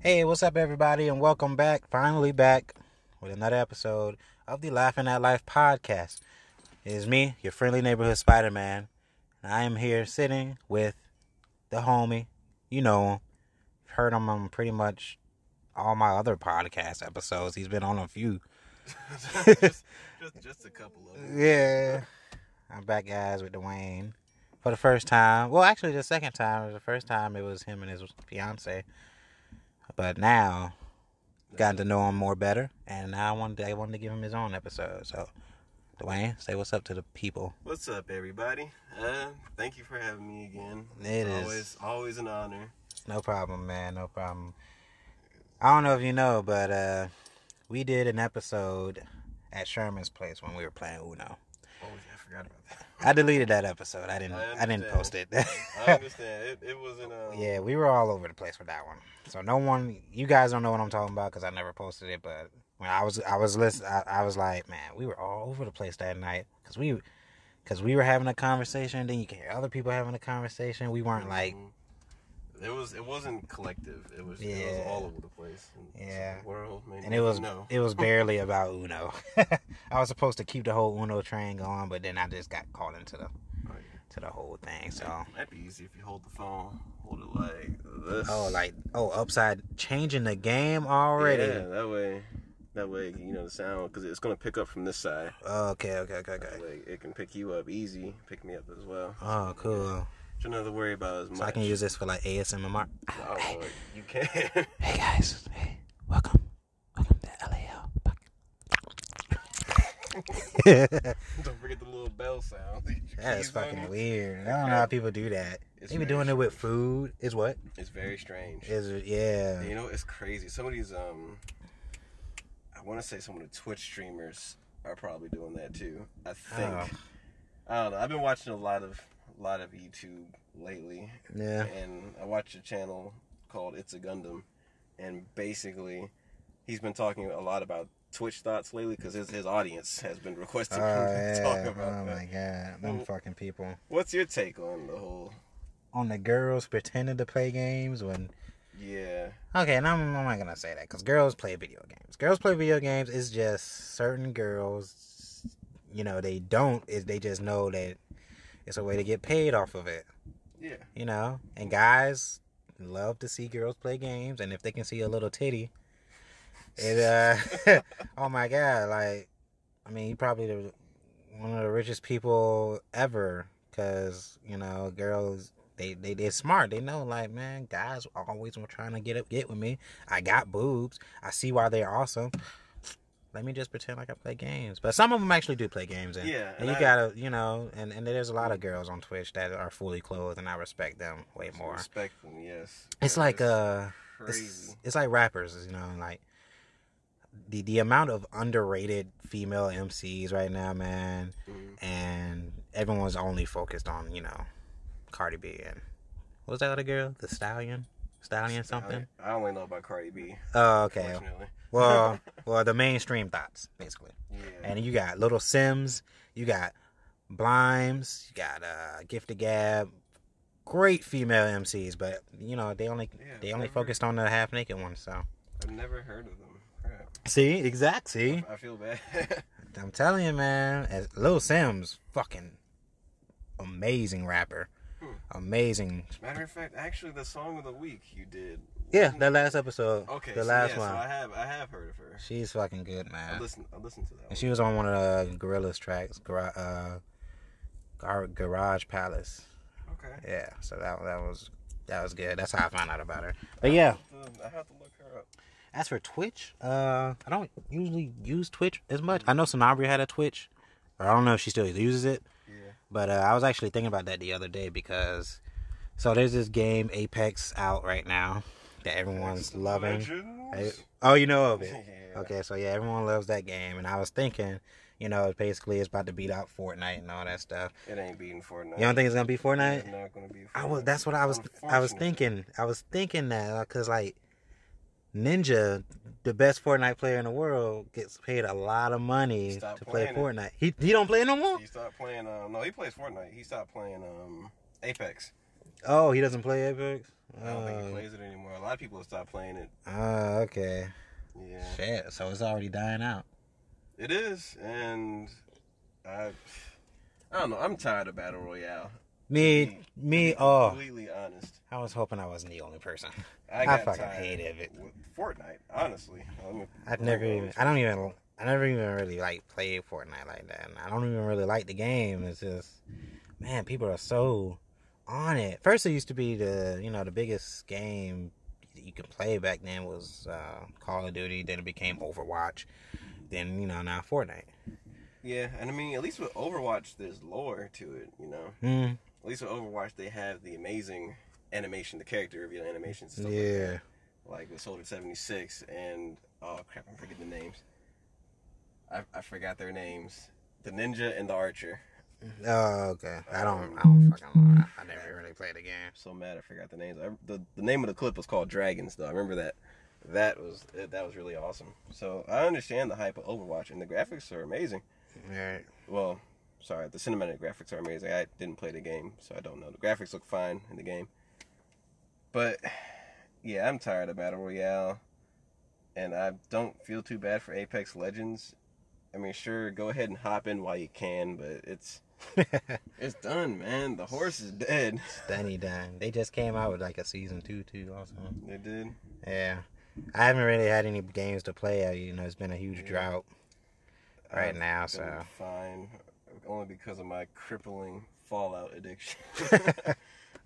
Hey, what's up, everybody, and welcome back, finally back, with another episode of the Laughing at Life podcast. It is me, your friendly neighborhood Spider Man, and I am here sitting with the homie. You know him. You've heard him on pretty much all my other podcast episodes. He's been on a few. just, just, just a couple of them. Yeah. I'm back, guys, with Dwayne for the first time. Well, actually, the second time. The first time it was him and his fiance. But now, gotten to know him more better, and now I wanted to, I wanted to give him his own episode. So, Dwayne, say what's up to the people. What's up, everybody? Uh, thank you for having me again. It is. always, always an honor. No problem, man. No problem. I don't know if you know, but uh, we did an episode at Sherman's place when we were playing Uno. Oh, yeah, I forgot about that. I deleted that episode. I didn't. I, I didn't understand. post it. I understand. It, it wasn't. Um, yeah, we were all over the place with that one. So no one, you guys don't know what I'm talking about because I never posted it. But when I was, I was listening. I, I was like, man, we were all over the place that night because we, because we were having a conversation. Then you can hear other people having a conversation. We weren't like, mhm. It was. It wasn't collective. It was. It Yeah. was all over the place. And it's Yeah. the World. Maybe and it was no. it was barely about Uno. I was supposed to keep the whole Uno train going, but then I just got caught into the Oh, yeah. to the whole thing. So Might be easy if you hold the phone. Hold it like this. oh, like oh, upside changing the game already. Yeah, that way. That way, you know the sound because it's gonna pick up from this side. Oh, Okay, okay, okay, okay. Like it can pick you up easy, pick me up as well. Oh, cool. Don't have to worry about as much. So I can use this for like ASMR. Oh, Lord, you can. Hey guys, hey, welcome, welcome to LAL. that Don't forget the little bell sound. is fucking weird. I don't know how people do that. It's they be very doing it with food. Is what? It's very strange. Is yeah. you know, it's crazy. Some of these, um, I want to say some of the Twitch streamers are probably doing that too. I think. Oh. I don't know. I've been watching a lot of, a lot of YouTube lately, Yeah. and I watched a channel called It's a Gundam, and basically, he's been talking a lot about Twitch thoughts lately because his his audience has been Oh requesting him to yeah. talk about oh that. my god, them Well- fucking people. What's your take on the whole? On the girls pretending to play games when Yeah, Okay, and I'm, I'm not gonna say that because girls play video games. Girls play video games. It's just certain girls, you know, they don't. Is they just know that it's a way to get paid off of it, yeah. you know. And guys love to see girls play games, and if they can see a little titty, it uh, oh my god, like, I mean, you probably the, one of the richest people ever, because you know, girls. They, they they're smart. They know like man, guys always were trying to get up get with me. I got boobs. I see why they're awesome. Let me just pretend like I play games. But some of them actually do play games, and, Yeah, and you and I- gotta you know, and, and there's a lot of girls on Twitch that are fully clothed, and I respect them way more. Respect them, yes. It's like uh, crazy. it's, it's like rappers, you know, like the the amount of underrated female MCs right now, man, Mhm. and everyone's only focused on you know Cardi B and what was that other girl, the Stallion, Stallion something. I, I only know about Cardi B, Oh, okay. unfortunately. Well, well, the mainstream thoughts basically, Yeah. and you got Little Sims, you got Blimes, you got uh Gifted Gab. Great female MCs, but you know they only Yeah, they only never- focused on the half naked one. So I've never heard of them. Crap. See, exact. See, I feel bad. I'm telling you, man. As Lil Sims, fucking amazing rapper, Hmm. amazing. Matter of fact, actually, the song of the week you did. Yeah, that last episode, Okay. the so last yeah, one. So I have, I have heard of her. She's fucking good, I man. listened, I listened to that. And One. she was on one of the Gorillas tracks, gar- uh, gar- Garage Palace. Okay. Yeah, so that that was that was good. That's how I found out about her. But yeah, Um, I have to look her up. as for Twitch, uh, I don't usually use Twitch as much. I know Sanabria had a Twitch, or I don't know if she still uses it. Yeah. But uh, I was actually thinking about that the other day because so there's this game Apex out right now that everyone's loving. I- Legends? oh, you know of it. Yeah. Okay, so yeah, everyone loves that game, and I was thinking, you know, basically it's about to beat out Fortnite and all that stuff. It ain't beating Fortnite. You don't think it's gonna be It's Fortnite? not gonna be. Fortnite. I was. That's what I was. I was thinking. I was thinking that because like Ninja, the best Fortnite player in the world, gets paid a lot of money Stop to play playing Fortnite. He he don't play no more. He stopped playing. Um, no, he plays Fortnite. He stopped playing um, Apex. Oh, he doesn't play Apex. I don't think Oh. he plays it anymore. A lot of people have stopped playing it. Ah, okay. Yeah, Shit. So it's already dying out. it is, and I, I don't know. I'm tired of battle royale. Me, Mm-hmm. me. Oh, completely honest. I was hoping I wasn't the only person. I, I got fucking tired hated it. With Fortnite, honestly. I mean, I've never even. I don't even. I never even really like played Fortnite like that. And I don't even really like the game. It's just, man, people are so on it. First, it used to be the you know the biggest game that you could play back then was uh, Call of Duty. Then it became Overwatch. Then you know now Fortnite. Yeah, and I mean, at least with Overwatch, there's lore to it, you know? Mm, At least with Overwatch, they have the amazing animation, the character reveal animations and stuff like that. yeah. Like with Soldier 76 and, oh crap, I'm forgetting the names. I, I forgot their names. The Ninja and the Archer. Oh, okay. I don't. I don't Mm-hmm. fucking. Know. I, I never really played the game. I'm so mad I forgot the names. I, the, the name of the clip was called Dragons, though. I remember that. That was that was really awesome. So I understand the hype of Overwatch, and the graphics are amazing. Yeah. well, sorry, the cinematic graphics are amazing. I didn't play the game, so I don't know. The graphics look fine in the game. But yeah, I'm tired of Battle Royale. And I don't feel too bad for Apex Legends. I mean, sure, go ahead and hop in while you can, but it's it's done, man. The horse is dead. Stunny Dime. They just came out with like a season two too. Also. It did. Yeah. I haven't really had any games to play. I- You know, it's been a huge Yeah. drought right I've now. been So fine, only because of my crippling Fallout addiction. it's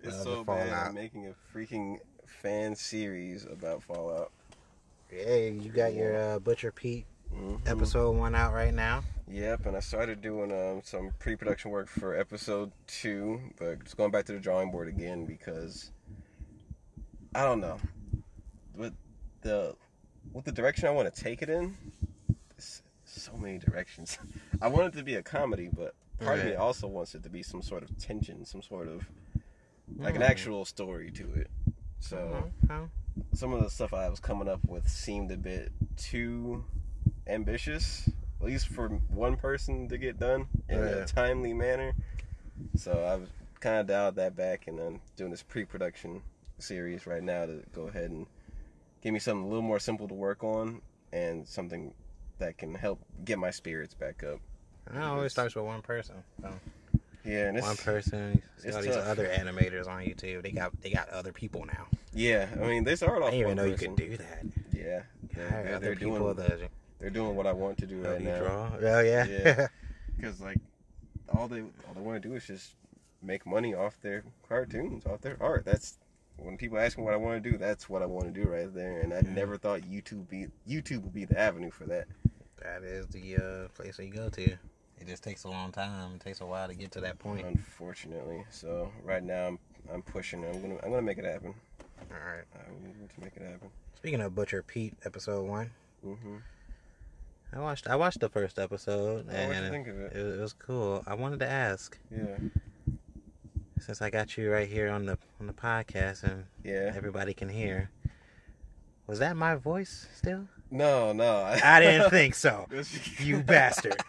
Love so Uh, the bad. Fallout. I'm making a freaking fan series about Fallout. hey, you got your uh, Butcher Pete Mhm. episode one out right now. Yep, and I started doing um, some pre-production work for episode two, but just going back to the drawing board again because I don't know with the with the direction I want to take it in. It's so many directions. I want it to be a comedy, but part of me Right. also wants it to be some sort of tension, some sort of like an Mm. actual story to it. So Mhm. some of the stuff I was coming up with seemed a bit too ambitious, at least for one person to get done in Yeah. a timely manner. So I've kind of dialed that back, and I'm doing this pre-production series right now to go ahead and give me something a little more simple to work on, and something that can help get my spirits back up. I know, it always starts with one person. So. Yeah, and it's, One person. it's It's all these tough. other animators on YouTube. They got they got other people now. yeah. I mean, they started I off. didn't even Oh, one know you person. could do that. Yeah, they're, Hire they're- other they're people doing that they're doing what I want to do help right you now. draw. Oh yeah. Yeah. because like all they all they want to do is just make money off their cartoons, off their art. That's when people ask me what I want to do. That's what I want to do right there. And I Yeah. never thought YouTube be YouTube would be the avenue for that. that is the uh, place that you go to. It just takes a long time. It takes a while to get to that point. Unfortunately, so right now I'm I'm pushing. I'm gonna I'm gonna make it happen. Mm-hmm. All right. I'm going to make it happen. Speaking of Butcher Pete, episode one. hmm I watched I watched the first episode Well, and what Oh, you it, think of it? it was cool. I wanted to ask Yeah, since I got you right here on the on the podcast and yeah. everybody can hear. Was that my voice still? No, no. I didn't think so. think You bastard.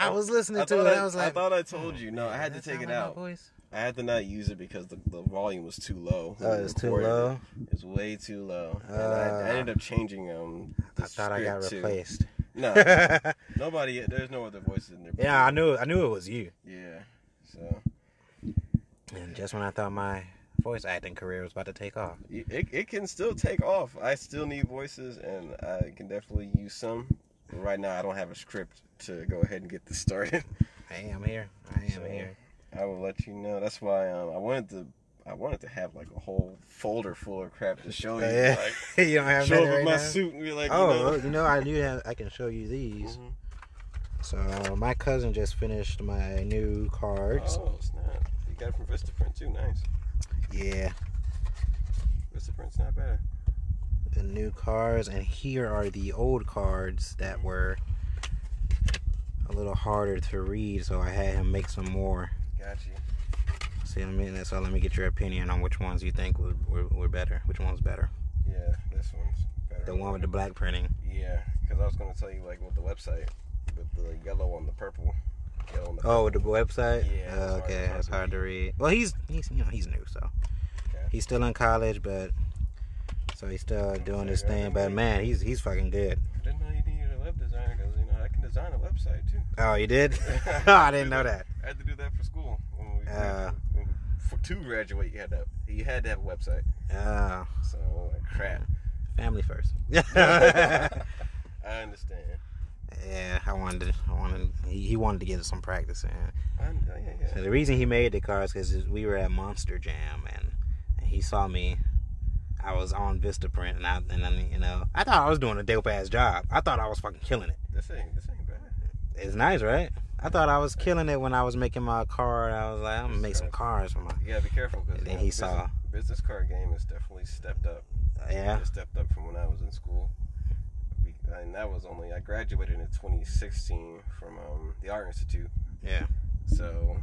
I was listening I to it. thought and I, I was like, "Oh, I thought I told you. No, I had to "That's take not it like my out. voice?" I had to not use it because the, the volume was too low. when Oh, we it's too recorded low. It was way too low. and I, I Ah. ended up changing um. The I thought I got script, too. Uh, replaced. No, yeah, nobody. There's no other voices in there. I knew I knew it was you. Yeah. So And just when I thought my voice acting career was about to take off. y- it it can still take off. I still need voices, and I can definitely use some. Right now, I don't have a script to go ahead and get this started. Hey, I'm here. I am So, here. I will let you know. That's why um, I wanted to. I wanted to have like a whole folder full of crap to show you. Oh, yeah. Like, you don't have show nothing up with right my now? suit and be like, Oh, you know. well, you know, I do have. I can show you these. Mhm. So my cousin just finished my new cards. Oh, snap. You got it from Vistaprint too. Nice. Yeah, Vistaprint's not bad. the new cards, and here are the old cards that were a little harder to read. So I had him make some more. Got you. See what I mean? So let me get your opinion on which ones you think were, were, were better. Which one's better? Yeah, this one's better. The one with the black printing. Yeah, because I was going to tell you, like, with the website, with the yellow on the purple. Kill him. Oh, the website. Uh, Yeah, it's hard- okay, it's hard that's to hard to read. Well, he's he's you know he's new, so Okay. he's still in college, but so he's still doing his figure out thing. how But to- man, he's he's fucking good. Didn't know you needed a web designer because you know I can design a website too. Oh, you did? oh, I didn't know that. I had to do that for school. When we, Uh. when we- for, to graduate, you had to you had to have a website. Oh, So I'm like crap. family first. I understand. yeah, I wanted I wanted he, he wanted to get some practice in. I, yeah, yeah. So the reason he made the car is because we were at Monster Jam and, and he saw me. I was on Vistaprint and I and I, you know I thought I was doing a dope ass job. I thought I was fucking killing it. This ain't this ain't bad. It's nice, right? I thought I was killing it when I was making my car. And I was like, I'm gonna make some cars for my. You gotta be careful because And then he business, saw- business card game has definitely stepped up. Yeah, It stepped up from when I was in school. We- And that was only I graduated in 2016 from um, the Art Institute. yeah, So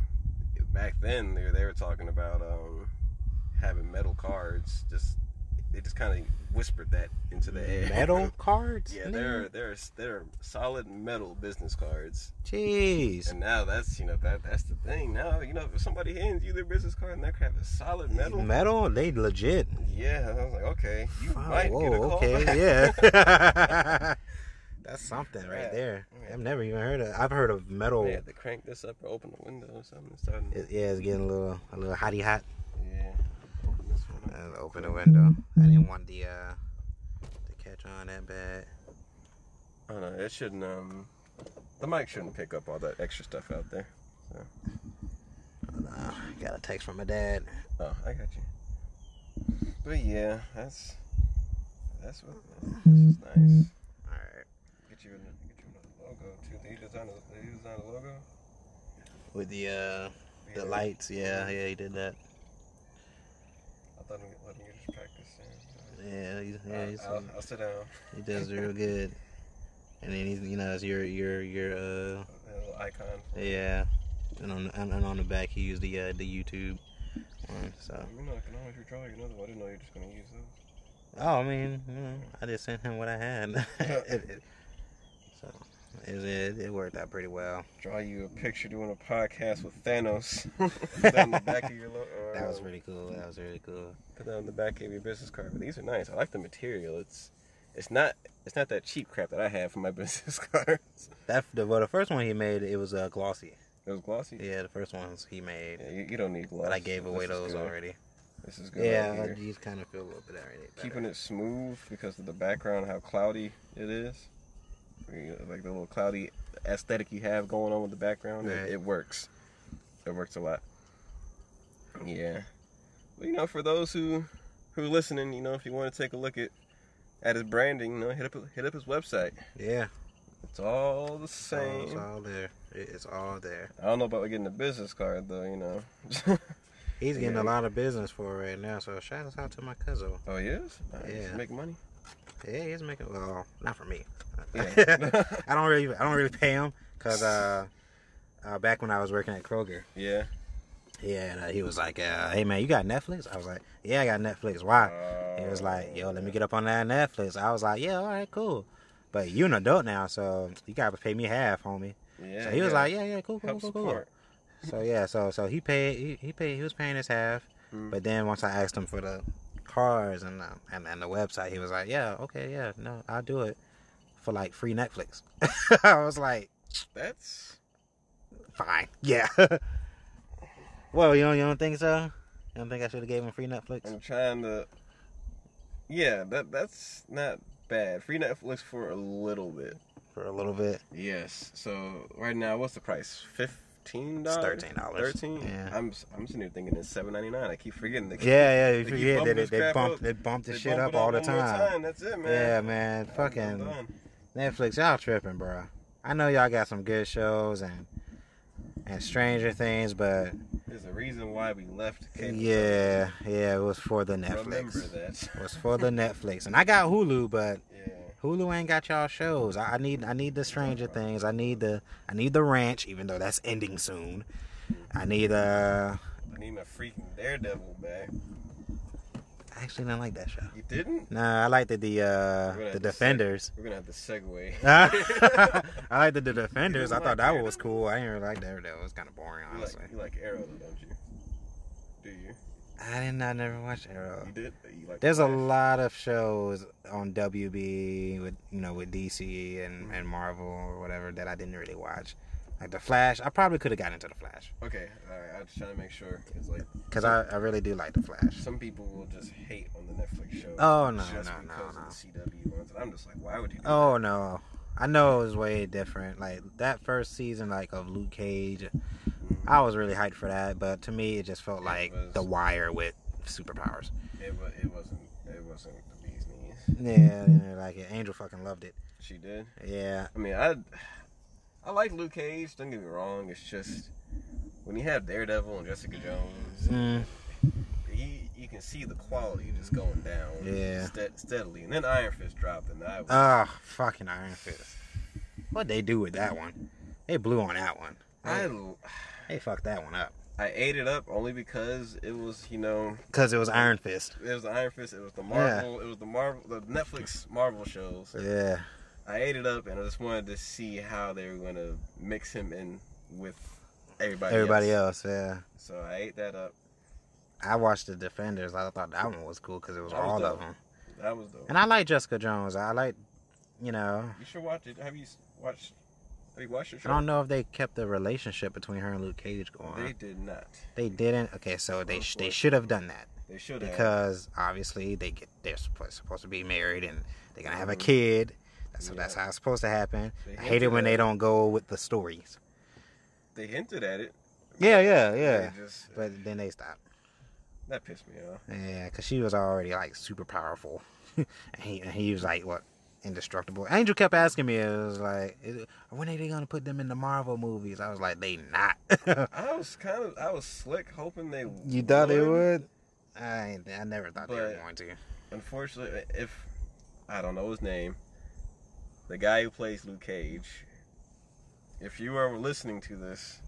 back then they were, they were talking about um, having metal cards. Just they just kind of whispered that into the air. metal cards. yeah, nigga? they're they're they're solid metal business cards. Jeez. And now that's you know that that's the thing. Now you know if somebody hands you their business card and that crap is solid metal. Metal, they legit. Yeah, I was like, okay, you Oh, might whoa, get a call. okay, back. yeah. That's something right Yeah. there. Yeah. I've never even heard of. I've heard of metal. They Yeah, had to crank this up or open the window or something. It's starting. it, yeah it's getting a little, a little hotty hot. yeah. Open this one up. Uh, open the window. I didn't want the, uh, the catch on that bad. I don't know. It shouldn't. Um, the mic shouldn't pick up all that extra stuff out there. Hold on. Got a text from my dad. Oh, I got you. But yeah, that's that's what this is nice. All right, Get you another, get you another logo too. Did you design a, did you design a logo? with the, uh. Yeah. The lights, yeah, yeah, he did that. I thought I'm letting you just practice. and, Yeah, he's, uh, yeah, he's, I'll, I'll sit down. he does real good. And then he's, you know, it's your, your, your, uh, A little icon. yeah. And on, and, and on the back, he used the, uh, the YouTube one. So, You know, I can always redraw you another one. I didn't know you're just gonna use those. oh, I mean, you know, I just sent him what I had. It- it- so, it, it, it worked out pretty well. Draw you a picture doing a podcast with Thanos. Put that on the back of your logo. That was really cool. That was really cool. Put that on the back of your business card. But these are nice. I like the material. It's it's not it's not that cheap crap that I have for my business cards. That the well, the first one he made it was uh, glossy. It was glossy. Yeah, the first ones he made, Yeah, you, you don't need gloss. but I gave This away is those good. already. This is good. Yeah, right I here. just kind of feel a little bit already. Keeping it smooth because of the background, how cloudy it is. You know, Like the little cloudy aesthetic you have going on with the background, Right. it, it works. It works a lot. Yeah. Well, you know, for those who who are listening, you know, if you want to take a look at at his branding, you know, hit up hit up his website. yeah, It's all the it's all- it's same. all there. It- It's all there. I don't know about getting a business card though, you know. He's getting Yeah. a lot of business for it right now. So shout out to my cousin. oh, yes? Yeah. Make money? Yeah, he's making well, not for me. Yeah. I don't really, I don't really pay him because uh, uh, back when I was working at Kroger, yeah. yeah, and, uh, he was like, uh, "Hey man, you got Netflix?" I was like, "Yeah, I got Netflix. Why?" He was like, yo, let me get up on that Netflix. I was like, yeah, all right, cool. But you an adult now, so you gotta pay me half, homie. Yeah. so he was Uh, yeah. like, yeah, yeah, cool, cool, help cool, cool, cool. support. So yeah, so so he paid, he, he paid, he was paying his half. Mm. But then once I asked him for the cars and um, and and the website, he was like, yeah, okay, yeah, no, I'll do it for like free Netflix. I was like, That's fine, yeah. well, you don't, you don't think so? You don't think I should have gave him free Netflix? I'm trying to. Yeah, that that's not bad. Free Netflix for a little bit. For a little bit. Yes. So right now, what's the price? Fifteen dollars. $13. Thirteen. Yeah. I'm I'm sitting here thinking it's seven ninety nine. I keep forgetting the. Yeah, yeah, you They keep forget bumping they, they, this crap bump up. they bump the They shit bump up it all the one more time. That's it, man. Yeah, man, I'm fucking done. Netflix, y'all tripping, bro. I know y'all got some good shows and and Stranger Things, but There's a reason why we left. Cable. yeah, yeah, it was for the Remember Netflix. that. It was for the Netflix, and I got Hulu, but Yeah. Hulu ain't got y'all shows. I, I need I need the Stranger Things. I need the I need the Ranch, even though that's ending soon. I need uh I need my freaking Daredevil back. I actually didn't like that show. You didn't? Nah, I liked the the We're gonna uh, have to the Defenders. We're gonna have to segue. I liked the, the Defenders. I like thought that one Arrow? was cool. I didn't really like that. That was kind of boring, You like, honestly. you like Arrow, though, don't you? Do you? I did not never watch Arrow. You did? You like Uh, There's a Flash? lot of shows on WB with you know with DC and, and Marvel or whatever that I didn't really watch. Like the Flash, I probably could have gotten into the Flash Okay, alright. I'm just trying to make sure. It's like because I, I really do like the Flash. some people will just hate on the Netflix show. Oh, no, just no, no, because no. of the CW ones. And I'm just like, why would you? Do Oh no, I know it was way different. Like that first season, like of Luke Cage, Mm, I was really hyped for that. But to me, it just felt like was- The Wire with superpowers. that? It, wa- it wasn't. It wasn't the bee's knees. Yeah, I didn't really like it. Angel fucking loved it. She did. Yeah, I mean, I I like Luke Cage. Don't get me wrong. It's just when you have Daredevil and Jessica Jones, mm, he you can see the quality just going down. Yeah. ste- steadily. And then Iron Fist dropped, and I was, ah, fucking Iron Fist. What they do with that one? They blew on that one. I They, they fucked that one up I ate it up only because it was you know because it was Iron Fist. it was the Iron Fist, it was the Yeah. Marvel, it was the Marvel, the Netflix Marvel shows. Yeah, I ate it up, and I just wanted to see how they were gonna mix him in with everybody. everybody else. Yeah, So I ate that up. I watched the Defenders. I thought that one was cool because it was That was all dope. of them. That was dope. And I like Jessica Jones. I like, you know, You should watch it. Have you s- watched? Have you watched the I show? don't know if they kept the relationship between her and Luke Cage They going. did not. They didn't. Okay, so they sh- they should have done that They should have. because obviously they get they're suppo- supposed to be married and they're gonna have a Mhm. kid. That's Yeah. that's how it's supposed to happen. They I hate it hinted when at they don't go with the stories. They hinted at it. Yeah, yeah, but yeah. they just- But then they stopped. that pissed me off. Yeah, because she was already like super powerful, and he and he was like what indestructible. Angel kept asking me, it was like, "Is- when are they gonna put them in the Marvel movies? I was like, they not. I was kind of. I was slick, hoping they. you thought they would? I ain't- I never thought they were But- going to. Unfortunately, if I don't know his name, the guy who plays Luke Cage. If you are listening to this,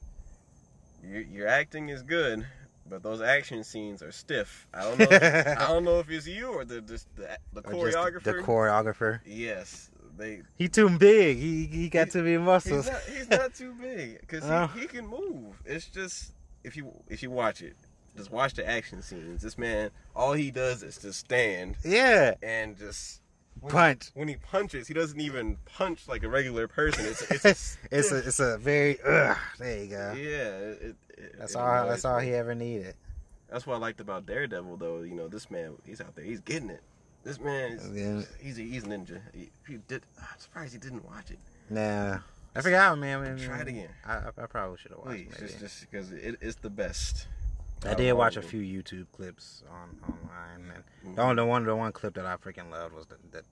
your your acting is good, but those action scenes are stiff. I don't know. I don't know if it's you or the just the, the Or just choreographer. the choreographer. yes, they He too big. He he got He- too many He's muscles. not, he's not too big because Oh. he, he can move. It's just if you if you watch it, just watch the action scenes. This man, all he does is just stand yeah, and just when- punch. When he punches, he doesn't even punch like a regular person. It's it's a It's a it's a very ugh, there you yeah. go. It, it, That's it all. annoys That's all me. he ever needed. That's what I liked about Daredevil, though. You know, this man, he's out there, he's getting it. This man, is, Yeah. he's a, he's a ninja. He, he did. I'm surprised he didn't watch it. Nah, I forgot, man. man, Try it man. again. I, I I probably should have watched. Please, Mm. it. maybe. just just because it, it's the best. I Out did of watch a all of few YouTube clips on online, and Mhm. the only one the one clip that I freaking loved was that. that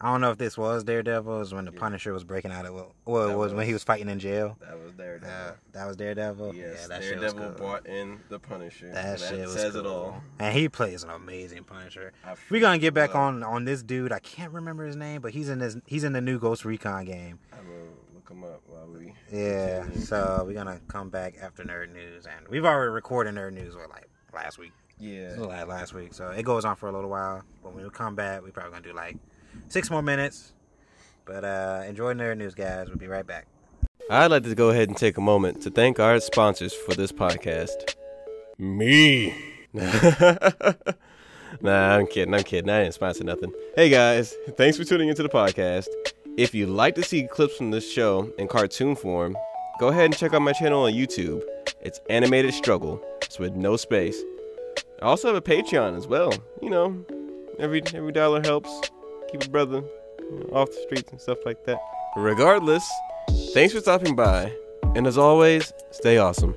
I don't know if this was Daredevil. It was when the Yeah. Punisher was breaking out of well, well it That was, when he was- was fighting in jail. them. That was Uh, Daredevil. that was Daredevil. yes, yeah, that shit was Daredevil cool. brought in the Punisher. that, shit was says it cool. all. And he plays an amazing Punisher. I We're gonna get back love- on on this dude. I can't remember his name, but he's in this. He's in the new Ghost Recon game. I'm gonna look him up while we. Yeah. continue. So we're gonna come back after nerd news, and we've already recorded nerd news what, like last week. Yeah. This was like last week, so it goes on for a little while. But when we come back, we probably gonna do like six more minutes. But uh enjoy nerd news, guys. We'll be right back. I'd like to go ahead and take a moment to thank our sponsors for this podcast. Me. nah, I'm kidding. I'm kidding. I didn't sponsor nothing. Hey guys, thanks for tuning into the podcast. If you'd like to see clips from this show in cartoon form, go ahead and check out my channel on YouTube. It's Animated Struggle. It's with no space. I also have a Patreon as well. You know, every every dollar helps. Keep a brother you know, off the streets and stuff like that. Regardless, Thanks for stopping by, and as always, stay awesome.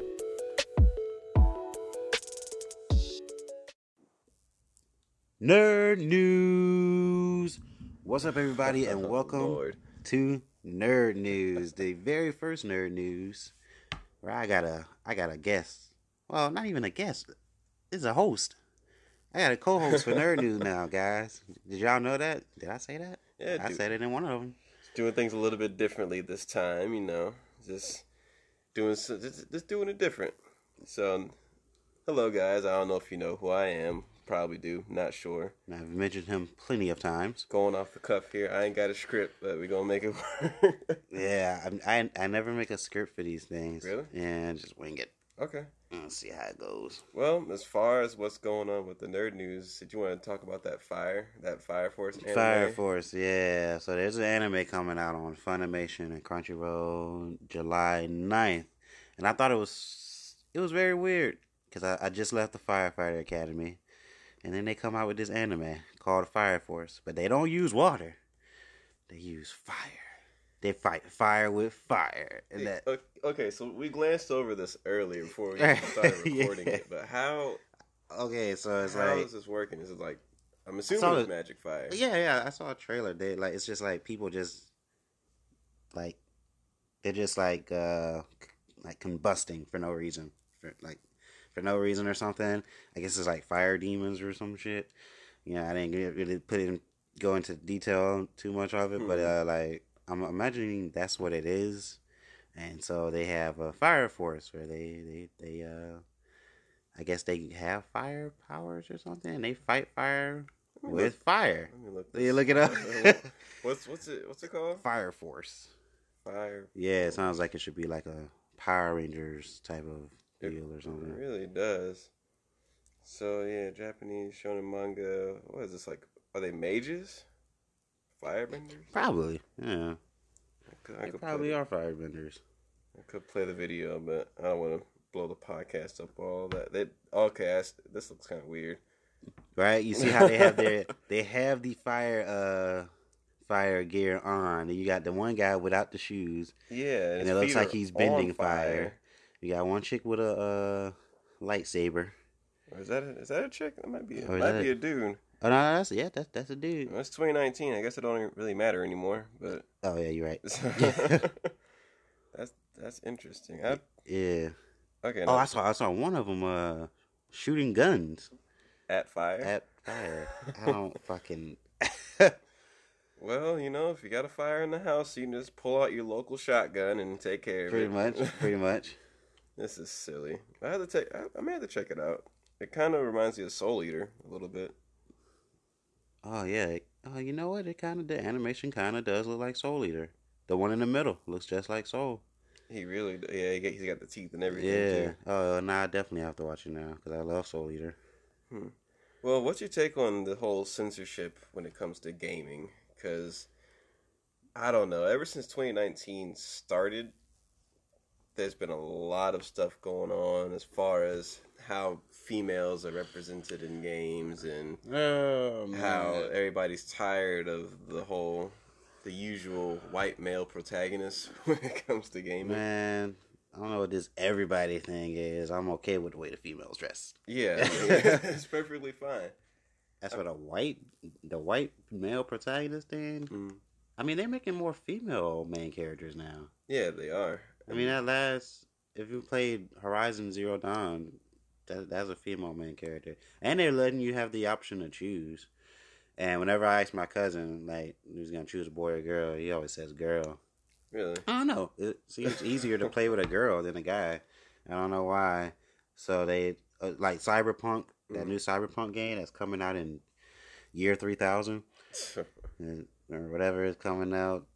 Nerd news. What's up, everybody, and welcome Oh, Lord. to Nerd News, the very first Nerd News, where I got a I got a guest. Well, not even a guest, it's a host. I got a co-host for Nerd News now, guys. Did y'all know that? Did I say that? Yeah, I dude. said it in one of them. Doing things a little bit differently this time, you know, just doing so- just, just doing it different. So, hello guys. I don't know if you know who I am. probably do. Not sure. And I've mentioned him plenty of times. Going off the cuff here. I ain't got a script, but we gonna make it work. Yeah, I, I, I never make a script for these things. Really? Yeah, I just wing it okay. and see how it goes. Well, as far as what's going on with the nerd news, did you want to talk about that fire, that Fire Force anime? Fire Force, yeah. So there's an anime coming out on Funimation and Crunchyroll July 9th. And I thought it was it was very weird because I, I just left the Firefighter Academy. And then they come out with this anime called Fire Force. But they don't use water, they use fire. They fight fire with fire. And that O- Okay, so we glanced over this earlier before we started Yeah. recording it, but how Okay, so it's how like is this working? Is it like I'm saw assuming it's it. magic fire? Yeah, yeah, I saw a trailer. They like it's just like people just like they're just like uh c- like combusting for no reason. For like for no reason or something. I guess it's like fire demons or some shit. You know, I didn't get- really put in go into detail too much of it, but uh like I'm imagining that's what it is. And so they have a fire force where they they they uh I guess they have fire powers or something and they fight fire Let me with fire. Let me look. You look it up. What's what's it what's it called? Fire Force. Fire. Yeah, it sounds like it should be like a Power Rangers type of It deal or It something. really does. So yeah, Japanese shonen manga. What is this like? Are they mages? Firebenders? Probably. Yeah. I could, I They could probably play, are firebenders. I could play the video, but I don't want to blow the podcast up. All that. They, okay, I s this looks kind of weird. Right? You see how they have their they have the fire uh fire gear on. And you got the one guy without the shoes. Yeah, And his it looks feet like are he's on bending fire. You got one chick with a uh lightsaber. Or is that a, is that a chick? That might be a, Or is might that be a- a dude. Oh no, no, that's yeah, that's that's a dude. Well, it's 2019. I guess it don't really matter anymore. But Oh yeah, you're right. that's that's interesting. I, Yeah. okay, Oh now I saw I saw one of them uh shooting guns. at fire. at fire. I don't fucking. Well, you know, if you got a fire in the house, you can just pull out your local shotgun and take care of pretty it. much. Pretty much. this is silly. I had to take. I, I may have to check it out. It kind of reminds me of Soul Eater a little bit. Oh yeah. Oh, you know what? It kind of the animation kind of does look like Soul Eater. The one in the middle looks just like Soul. He really, d- yeah, he got, he's got the teeth and everything. Yeah. Too. Oh, now I definitely have to watch it now because I love Soul Eater. Well, what's your take on the whole censorship when it comes to gaming? Because I don't know. Ever since 2019 started, there's been a lot of stuff going on as far as how females are represented in games and Oh how everybody's tired of the whole the usual white male protagonist when it comes to gaming. man. I don't know what this everybody thing is. I'm okay with the way the females dress. Yeah, I mean, it's perfectly fine. As for the white, the white male protagonist thing, Mm. I mean, they're making more female main characters now. Yeah, they are. I mean, that last if you played Horizon Zero Dawn, that that's a female main character, and they're letting you have the option to choose. And whenever I ask my cousin, like, who's gonna choose a boy or girl, he always says girl. really. I don't know. It seems easier to play with a girl than a guy. I don't know why. So they uh, like Cyberpunk, that new Cyberpunk game that's coming out in year three thousand and- or whatever is coming out.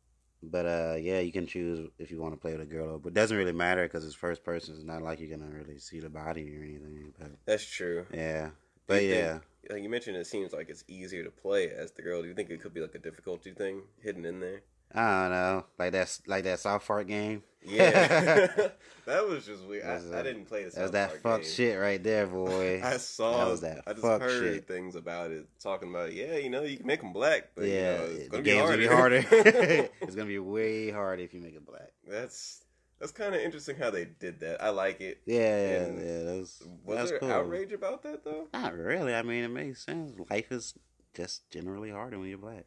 But uh, yeah, you can choose if you want to play with a girl, but it doesn't really matter because it's first person. It's not like you're gonna really see the body or anything. But That's true. yeah, but you yeah, think- Like you mentioned, it seems like it's easier to play as the girl. Do you think it could be like a difficulty thing hidden in there? I don't know, like that's like that South Park game. Yeah, that was just weird. That's I, I a- didn't play this. That was South that Park fuck game. shit right there, boy. I saw. That was that I just fuck heard shit. things about it, talking about yeah, you know, you can make them black, but yeah, you know, it's the gonna be game's gonna be harder. harder. it's gonna be way harder if you make it black. that's that's kind of interesting how they did that. I like it. Yeah, yeah, And yeah that was, Was that was there cool. outrage about that though? Not really. I mean, it makes sense. Life is just generally harder when you're black.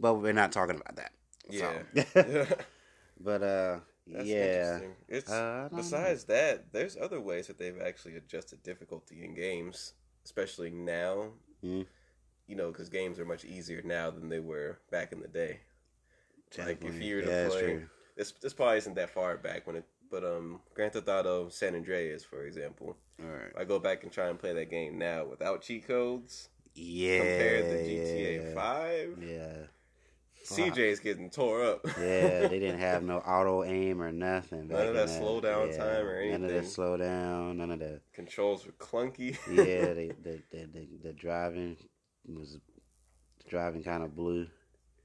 But we're not talking about that. So- but uh, That's yeah. interesting. It's Uh, I don't besides that, there's other ways that they've actually adjusted difficulty in games, especially now. Mm. You know, because games are much easier now than they were back in the day. know. like, if Definitely. you were to that's play- true. This this probably isn't that far back when it But um, Grand Theft Auto San Andreas, for example, All right. if I go back and try and play that game now without cheat codes Yeah. compared to GTA yeah, Five, Yeah. CJ's getting tore up. Yeah, they didn't have no auto aim or nothing. None back of in that slow down time or None of anything. that slow down. None of that. Controls were clunky. Yeah, they, they, they, they, the driving was the driving kind of blue.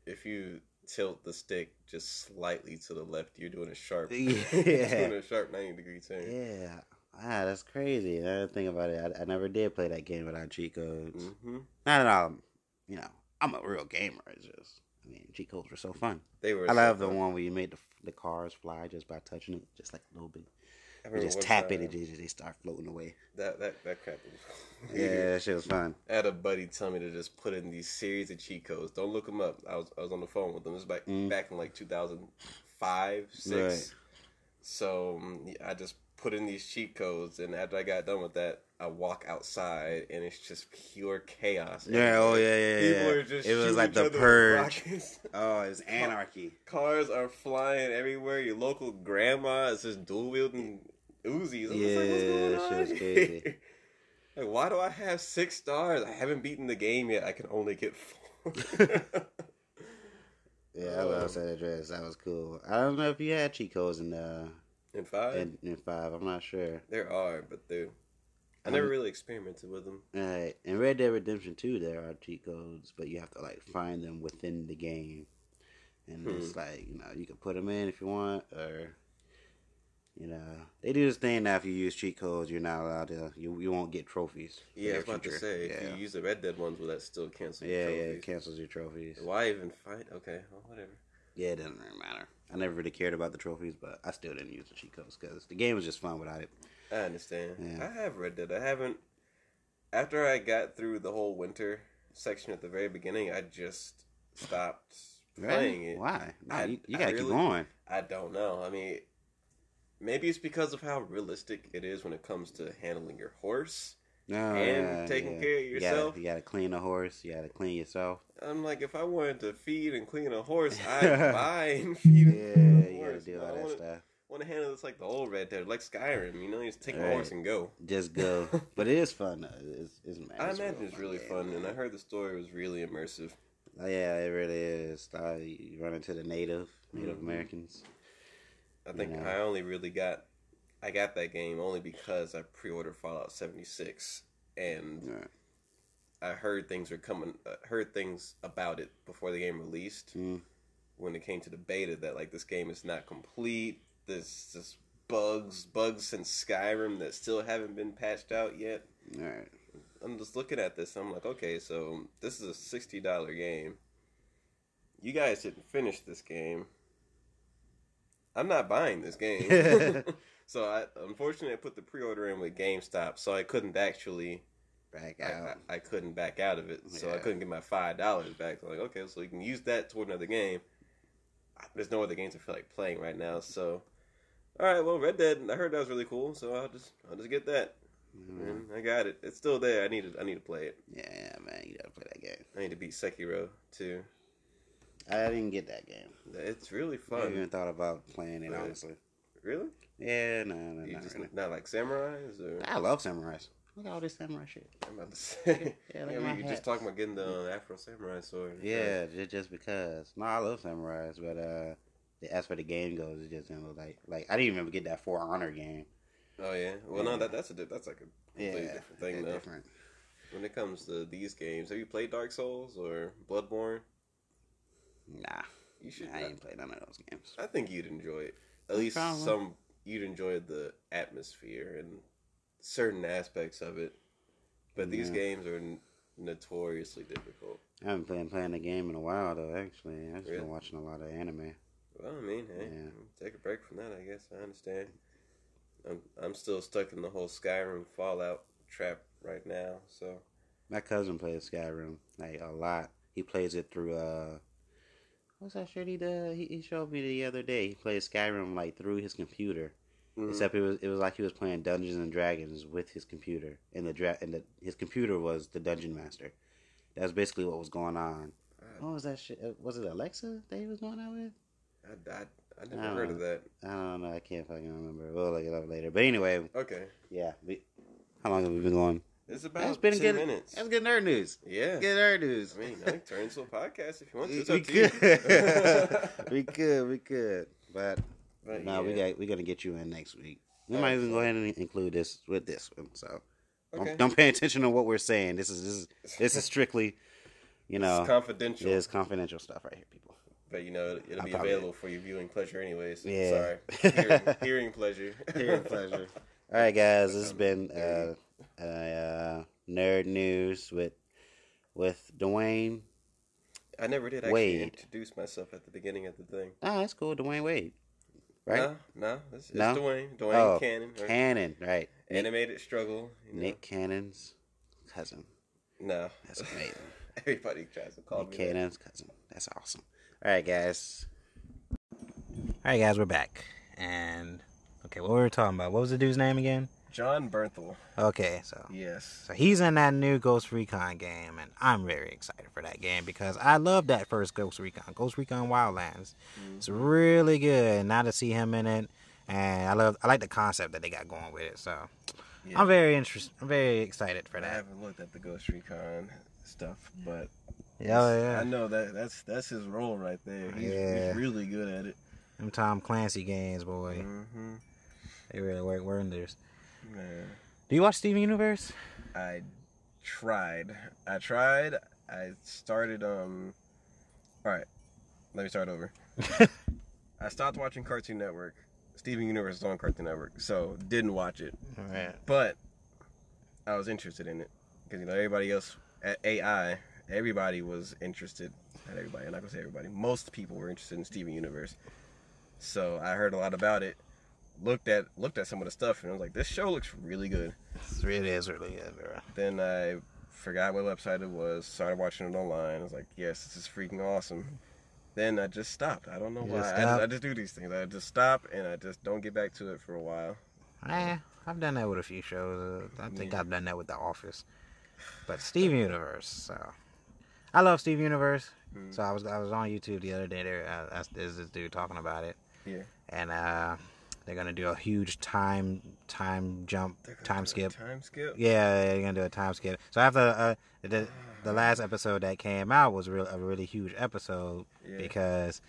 if you tilt the stick just slightly to the left, you're doing a sharp, you're doing Yeah, a sharp ninety degree turn. yeah. Ah, that's crazy. I didn't think about it. I, I never did play that game without cheat codes. hmm Not at all. You know, I'm a real gamer. It's just, I mean, cheat codes were so fun. They were. I so love the fun. one where you made the the cars fly just by touching it, just like a little bit. I You remember just one tap it, time- and they just they start floating away. That that that crap was. Yeah, that shit was fun. I had a buddy tell me to just put in these series of cheat codes. Don't look them up. I was I was on the phone with them. It's back Mm. back in like 2005, six. Right. So um, I just put in these cheat codes, and after I got done with that, I walk outside, and it's just pure chaos. Yeah, oh yeah, yeah, yeah. People yeah. are just it was shooting like each the other with purge. rockets. Oh, it was anarchy. Cars are flying everywhere. Your local grandma is just dual wielding Uzis. I'm just like, what's Yeah, going that shit on? was crazy. like, why do I have six stars? I haven't beaten the game yet. I can only get four. Yeah, I Oh. love San Andreas. That was cool. I don't know if you had cheat codes in uh and five, in, in five. I'm not sure. there are, but they're. I never really experimented with them. All right, in Red Dead Redemption 2, there are cheat codes, but you have to like find them within the game, and it's Hmm. like you know you can put them in if you want, or you know they do this thing now. If you use cheat codes, you're not allowed to. You you won't get trophies. for Yeah, I your was about to future. say, if yeah, you use the Red Dead ones, will that still cancel yeah, your yeah, trophies? it cancels your trophies. Why even fight? Okay, well, whatever. Yeah, it doesn't really matter. I never really cared about the trophies, but I still didn't use the cheat codes because the game was just fun without it. I understand. Yeah. I have read that. I haven't. After I got through the whole winter section at the very beginning, I just stopped playing Really? it. Why? No, I- you, you I gotta really- keep going. I don't know. I mean, maybe it's because of how realistic it is when it comes to handling your horse. No, And taking care of You gotta- yourself. You gotta, clean the horse. You gotta clean yourself. I'm like, if I wanted to feed and clean a horse, I'd buy and feed Yeah, and clean a you gotta horse. do but I all that wanna- stuff. Want to handle this like the old Red Dead, like Skyrim. You know, you just take my Right. horse and go. Just go. but it is fun. though. It's, it's, it's a I real imagine it's really game, fun, man. and I heard the story was really immersive. Oh, yeah, it really is. Like, you run into the native Native Mhm. Americans. I think know? I only really got I got that game only because I pre-ordered Fallout 76 and Right. I heard things were coming uh, heard things about it before the game released Mm. when it came to the beta that like this game is not complete this this bugs bugs since Skyrim that still haven't been patched out yet All right. I'm just looking at this. I'm like, okay, so this is a sixty dollar game. You guys didn't finish this game. I'm not buying this game. so I unfortunately I put the pre order in with GameStop, so I couldn't actually Back I, I, out. I couldn't back out of it. So I Yeah. couldn't get my five dollars back. So I'm like, okay, so you can use that toward another game. There's no other games I feel like playing right now, so all right, well, Red Dead. I heard that was really cool, so I'll just I'll just get that. Mm. And I got it. It's still there. I need to I need to play it. Yeah, man, you gotta play that game. I need to beat Sekiro too. I didn't get that game. It's really I fun. even thought about playing it, Right. honestly. Really? Yeah, no, no, You not just really. not like samurais or I love samurais. Look at all this samurai shit. I'm about to say. Yeah, Yeah, like we my were hat. just talking about getting the Afro samurai sword. and stuff. Yeah, ju- just because. No, I love samurais, but uh, as for the game goes, it just didn't look like like I didn't even get that For Honor game. Oh yeah. Well, Yeah. no, that that's a di- that's like a Yeah, completely different thing they're though. different. When it comes to these games, have you played Dark Souls or Bloodborne? Nah, You should. I I, ain't played none of those games. I think you'd enjoy it. At least Probably. some. You'd enjoy the atmosphere and certain aspects of it. But these Yeah. games are n- notoriously difficult. I haven't been playing a game in a while though. Actually, I've just Really? been watching a lot of anime. Well, I mean, hey, Yeah. take a break from that. I guess I understand. I'm I'm still stuck in the whole Skyrim Fallout trap right now. So My cousin plays Skyrim like a lot. He plays it through uh, what's that shit he does? He, he showed me the other day. He plays Skyrim like through his computer. Mm-hmm. Except it was it was like he was playing Dungeons and Dragons with his computer, and the dra- and the, his computer was the dungeon master. That was basically what was going on. I, What was that shit? uh, Was it Alexa that he was going out with? I, I, I never Oh. heard of that. I don't know. I can't fucking remember. We'll look it up later. But anyway, Okay, yeah. We, how long have we been going? it's about That's been ten good. minutes. That's good nerd news. Yeah, Good nerd news. I mean, I can turn into a podcast if you want to. we, It's we up to you. could. we could. We could. But, But no, we yeah. got. We're gonna get you in next week. We All might right, even go cool. ahead and include this with this one. So okay. don't, don't pay attention to what we're saying. This is this is this is strictly, you know, it's confidential, it's confidential stuff right here, people. but you know it'll I be probably- available for your viewing pleasure anyway. So Yeah. sorry, hearing, hearing pleasure. Hearing pleasure. All right, guys. This has been uh, uh, uh, nerd news with with Dwayne. I never did actually Wade. introduce myself at the beginning of the thing. Oh, that's cool, Dwayne Wade. Right? No, no, it's, it's No? Dwayne, Dwayne Oh, Cannon, or Cannon, right? Nick, animated struggle. You Nick Cannon's cousin. know? No, That's amazing. everybody tries to call Nick me. That. Cannon's cousin. That's awesome. All right, guys. All right, guys, we're back. And okay, what were we talking about? What was the dude's name again? John Bernthal. Okay, so Yes. so he's in that new Ghost Recon game, and I'm very excited for that game because I love that first Ghost Recon, Ghost Recon Wildlands. It's really good. Now to see him in it, and I love I like the concept that they got going with it. So Yeah. I'm very interested. I'm very excited for I that. haven't looked at the Ghost Recon stuff, but Yeah, oh, I yeah. know that that's that's his role right there. He's, Yeah. he's really good at it. Them Tom Clancy games, boy. Mm-hmm. They really work wonders. Man, Do you watch Steven Universe? I tried. I tried. I started. Um. All right. Let me start over. I stopped watching Cartoon Network. Steven Universe is on Cartoon Network, so didn't watch it. All right. But I was interested in it because you know everybody else at AI, everybody was interested. Not everybody. I'm not gonna say everybody. Most people were interested in Steven Universe. So I heard a lot about it. Looked at looked at some of the stuff and I was like, this show looks really good. It's really is really good, bro. Then I forgot what website it was. Started watching it online. I was like, yes, this is freaking awesome. Then I just stopped. I don't know You why. just I, just, stopped? I just do these things. I just stop and I just don't get back to it for a while. Eh, I've done that with a few shows. Uh, I think Yeah. I've done that with The Office, but Steve Universe. So I love Steve Universe. Mhm. So I was I was on YouTube the other day. There, uh, that's- there's this dude talking about it, Yeah. and uh, they're gonna do a huge time time jump They're gonna do time a skip. Time skip. Yeah, they're gonna do a time skip. So after uh, the the last episode that came out was real a really huge episode Yeah. because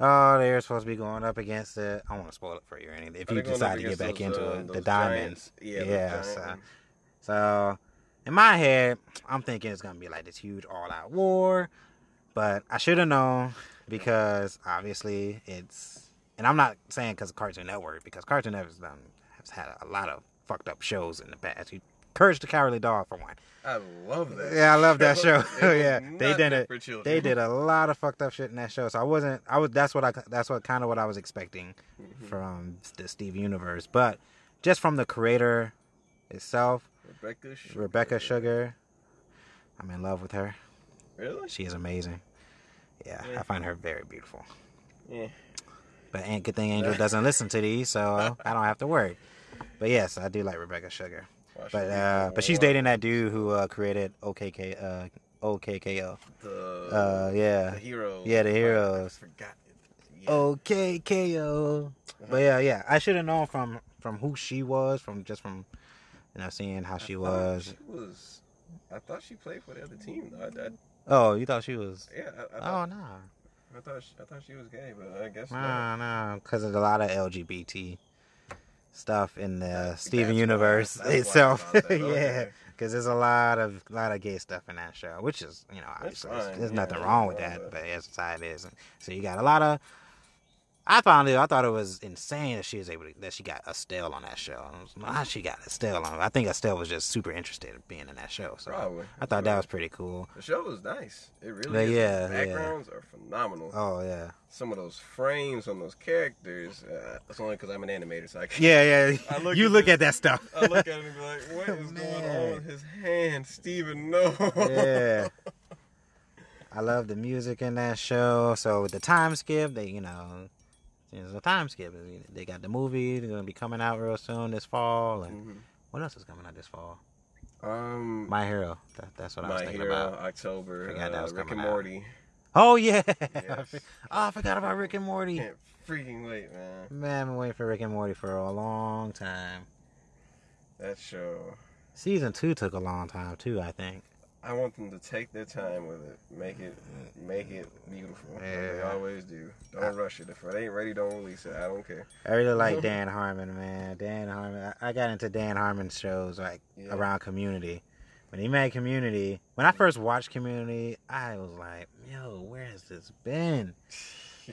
oh they're supposed to be going up against the I want to spoil it for you or anything if Are you they going decide up to get back against those, into uh, it the those diamonds giant- yeah, those yeah giant so, ones? so in my head I'm thinking it's gonna be like this huge all out war but I should have known because obviously it's and I'm not saying because of Cartoon Network because Cartoon Network's done has had a lot of fucked up shows in the past. Courage the Cowardly Dog for one. I love that. Yeah, I love that show. It was Yeah, not they did meant it. for children. They did a lot of fucked up shit in that show, so I wasn't. I was. That's what I. That's what kind of what I was expecting from the Steve Universe, but just from the creator itself, Rebecca. Sh- Rebecca Sugar. I'm in love with her. Really? She is amazing. Yeah, I find her very beautiful. Yeah. But ain't good thing Angel doesn't listen to these, so I don't have to worry. But yes, I do like Rebecca Sugar. Well, she's But uh, but she's one dating that dude who uh, created OKK uh, OKKO. of The, Uh, yeah. the hero. Yeah, the I- heroes. Oh, I forgot. it. Yeah. Uh-huh. OKKO. But yeah, yeah, I should have known from from who she was, from just from you know seeing how she I thought was. She was. I thought she played for the other team. Though. I, I, Oh, you thought she was? yeah. I, I, Oh thought, no, I thought. She, I thought she was gay, but I guess not. no, no, because there's a lot of LGBT stuff in the That's Steven why- Universe that's why I itself. thought that, yeah, okay. because there's a lot of lot of gay stuff in that show, which is you know obviously it's- fine, there's yeah, nothing that's wrong with fine, that, but- but that's just how it is. And so you got a lot of. I found it. I thought it was insane that she was able to, that she got Estelle on that show. I was like, how she got Estelle on? I think Estelle was just super interested in being in that show. So Probably. I thought that was pretty cool. The show was nice. It really. But is. yeah, The yeah. backgrounds are phenomenal. Oh yeah, Some of those frames on those characters. Uh, it's only because I'm an animator, so I can't. yeah, I yeah. look you at look this- at that stuff. I look at it and be like, what is going on Man. with his hand, Steven? No. yeah. I love the music in that show. So with the time skip, they you know, there's a time skip. They got the movie. They're gonna be coming out real soon this fall. And Mhm. what else is coming out this fall? Um, My Hero. That, that's what I was My thinking Hero, about. October, Forgot that uh, was Rick coming and out. Morty. Oh yeah. I Yes. for- oh, I forgot about Rick and Morty. Can't freaking wait, man. Man, I've been waiting for Rick and Morty for a long time. That show. Season two took a long time too. I think. I want them to take their time with it. Make it make it beautiful. like they Yeah. always do. Don't rush it. If it ain't ready, don't release it. I don't care. I really like Dan Harmon, man. Dan Harmon. I, I got into Dan Harmon shows like Yeah. around Community. When he made Community, when I first watched Community, I was like, "Yo, where has this been?"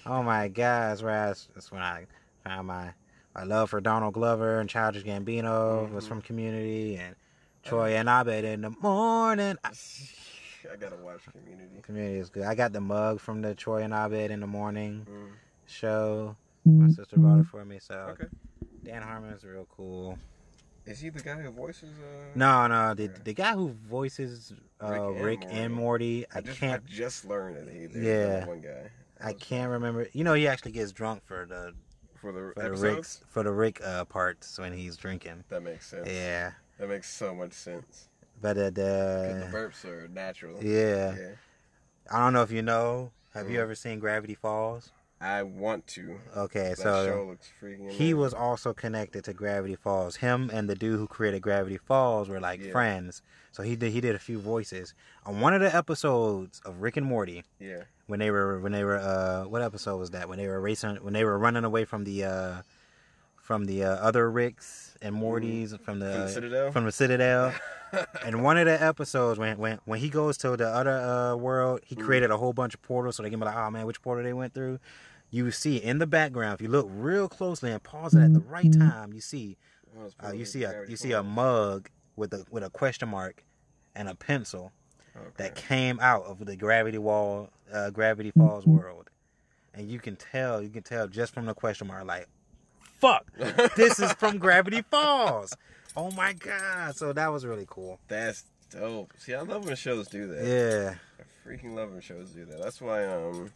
oh my God, that's where I, that's when I found my my love for Donald Glover and Childish Gambino was Mhm. from Community and Troy and Abed in the morning. I- I gotta watch Community. Community is good. I got the mug from the Troy and Abed in the morning Mm. show. My sister bought it for me, so Mm-hmm. Okay. Dan Harmon is real cool. Is he the guy who voices? Uh, No, no, the Yeah. the guy who voices uh, Rick, Rick and, and Morty, I I just can't, I just learned that he there's Yeah. yeah. one guy I can't remember. You know, he actually gets drunk for the for the for episodes. the Rick's for the Rick uh, parts when he's drinking. That makes sense. Yeah, That makes so much sense. but uh, 'Cause the the burps are natural. yeah, Yeah. I don't know if you know. Have you Mhm. ever seen Gravity Falls? I want to. Okay, That show so looks freaking. he amazing. was also connected to Gravity Falls. Him and the dude who created Gravity Falls were like Yeah. friends. So he did he did a few voices on one of the episodes of Rick and Morty. Yeah. when they were when they were uh what episode was that when they were racing when they were running away from the uh from the uh, other Ricks and Mortys Mm. from the From the Citadel? from the Citadel. and one of the episodes when when when he goes to the other uh world, he created a whole bunch of portals so they can be like, oh man, which portal they went through. You see in the background, if you look real closely and pause it at the right time, you see I was uh, born you with see a gravity you see a falls. mug with a with a question mark and a pencil Okay. that came out of the gravity wall, uh, gravity falls world, and you can tell, you can tell just from the question mark, like, fuck, this is from Gravity Falls. Oh my god! So that was really cool. That's dope. See, I love when shows do that. Yeah, I freaking love when shows do that. That's why um,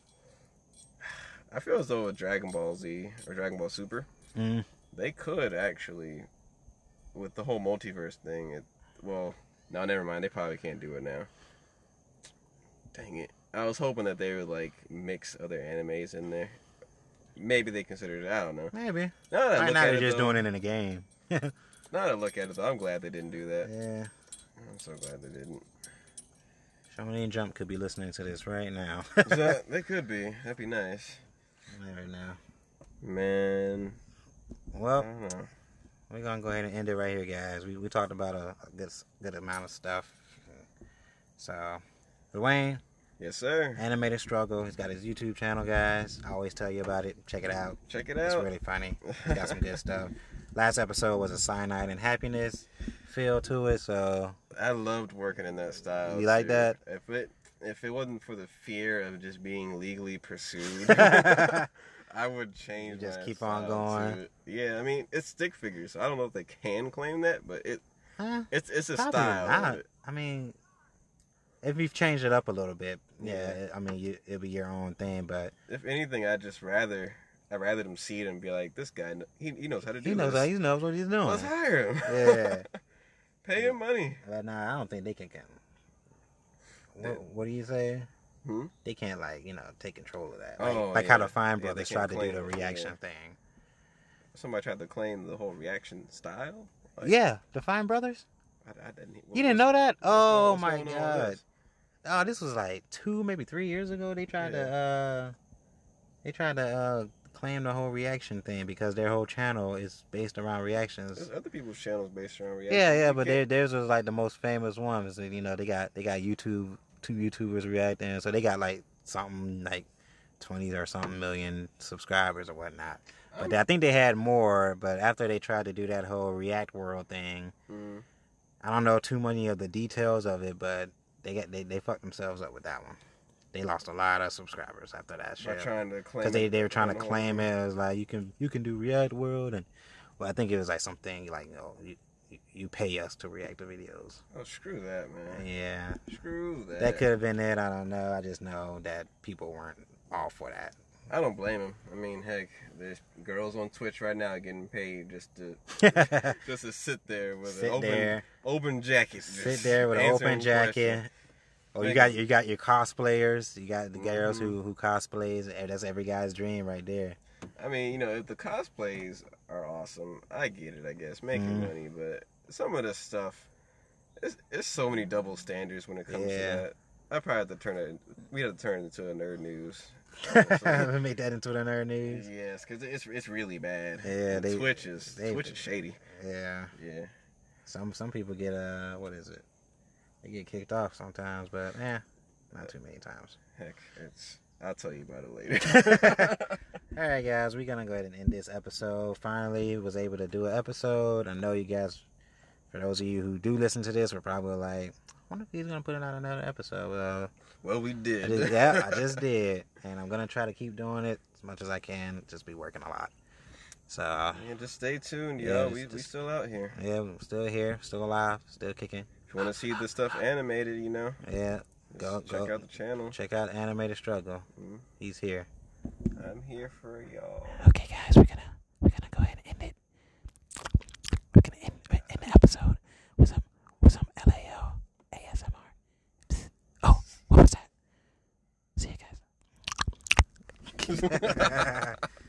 I feel as though with Dragon Ball Z or Dragon Ball Super, Mm. they could actually, with the whole multiverse thing. It well, no, never mind. They probably can't do it now. Dang it! I was hoping that they would like mix other animes in there. Maybe they considered it. I don't know. maybe. Now that I Right look now at they're it, just though- doing it in a game. Now that I look at it, though, I'm glad they didn't do that. Yeah, I'm so glad they didn't. Shonen Jump could be listening to this right now. So, they could be. That'd be nice. Never know. Man, I Well, don't know. we're gonna go ahead and end it right here, guys. We we talked about a, a good good amount of stuff. So, Dwayne, Yes, sir. Animated Struggle. He's got his YouTube channel, guys. I always tell you about it. Check it out. Check it It's out. really funny. He got some good stuff. Last episode was a cyanide and happiness feel to it. So I loved working in that style. You like too. that? If it if it wasn't for the fear of just being legally pursued, I would change. You just my keep on style to going. it. Yeah, I mean it's stick figures. So I don't know if they can claim that, but it huh, it's it's a probably style. of not. it. I mean, if you've changed it up a little bit, yeah. Yeah. I mean, you, it'll be your own thing, but If anything, I'd just rather I would rather them see it and be like, this guy, kn- he he knows how to do he knows this. he knows what he's doing. Let's hire him. Yeah, Pay him money. but Uh, nah, I don't think they can. can what, what do you say? Hmm? They can't like you know take control of that. Like, Oh, like how the yeah. Yeah, Fine they Brothers can't tried to do claim the it, yeah. reaction thing. Somebody tried to claim the whole reaction style. Like, yeah, the Fine Brothers. I, I didn't. You didn't know that? what's going on- Oh what's my going on with god! this? Oh, this was like two, maybe three years ago. They tried to, uh, they tried to uh, claim the whole reaction thing because their whole channel is based around reactions. There's other people's channels based around reaction. Yeah, yeah, You but can't- their, theirs was like the most famous one. It's like, you know, they got they got YouTube, two YouTubers reacting, so they got like something like twenty or something million subscribers or whatnot. But I think they had more. But after they tried to do that whole React World thing, Mm, I don't know too many of the details of it, but they got they, they fucked themselves up with that one. They lost a lot of subscribers after that by shit. trying to claim. Oh, Because they, it they were trying to on the whole claim thing. it as like you can you can do React World and well I think it was like something like you know, you, you pay us to react to videos. Oh, screw that, man. Yeah, Screw that. that could have been it. I don't know. I just know that people weren't all for that. I don't blame him. I mean, heck, there's girls on Twitch right now getting paid just to just to sit there with Sit an open there. open jacket. Sit just there with an answering open jacket, questions. Oh, you got you got your cosplayers. You got the girls who who cosplays. and That's every guy's dream right there. I mean, you know, if the cosplays are awesome, I get it. I guess making Mhm. money, but some of the stuff, it's, it's so many double standards when it comes Yeah. to that. I probably have to turn it. We have to turn it into a nerd news. honestly. Make that into the nerd news. yes, because it's it's really bad. Yeah, And they- Twitch is they- Twitch is shady. Yeah. Yeah, Some some people get uh what is it? They get kicked off sometimes, but eh, not too many times. heck, it's. I'll tell you about it later. All right, guys, we're gonna go ahead and end this episode. Finally, was able to do an episode. I know you guys, for those of you who do listen to this, were probably like, I "Wonder if he's gonna put out another episode." Well, well, we I did. just, yeah, I just did, and I'm gonna try to keep doing it as much as I can. Just be working a lot. So Yeah, just stay tuned, Yeah, yo. we just- we still out here. yeah, I'm still here, still alive, still kicking. If you want to see this stuff animated, you know, Yeah, just Go- check go. out the channel. check out animated struggle. Mhm. He's here. I'm here for y'all. Okay, guys, we're gonna we're gonna go ahead and end it. We're gonna end, we're gonna end the episode with some with some LAO ASMR. Psst. Oh, what was that? See you guys. All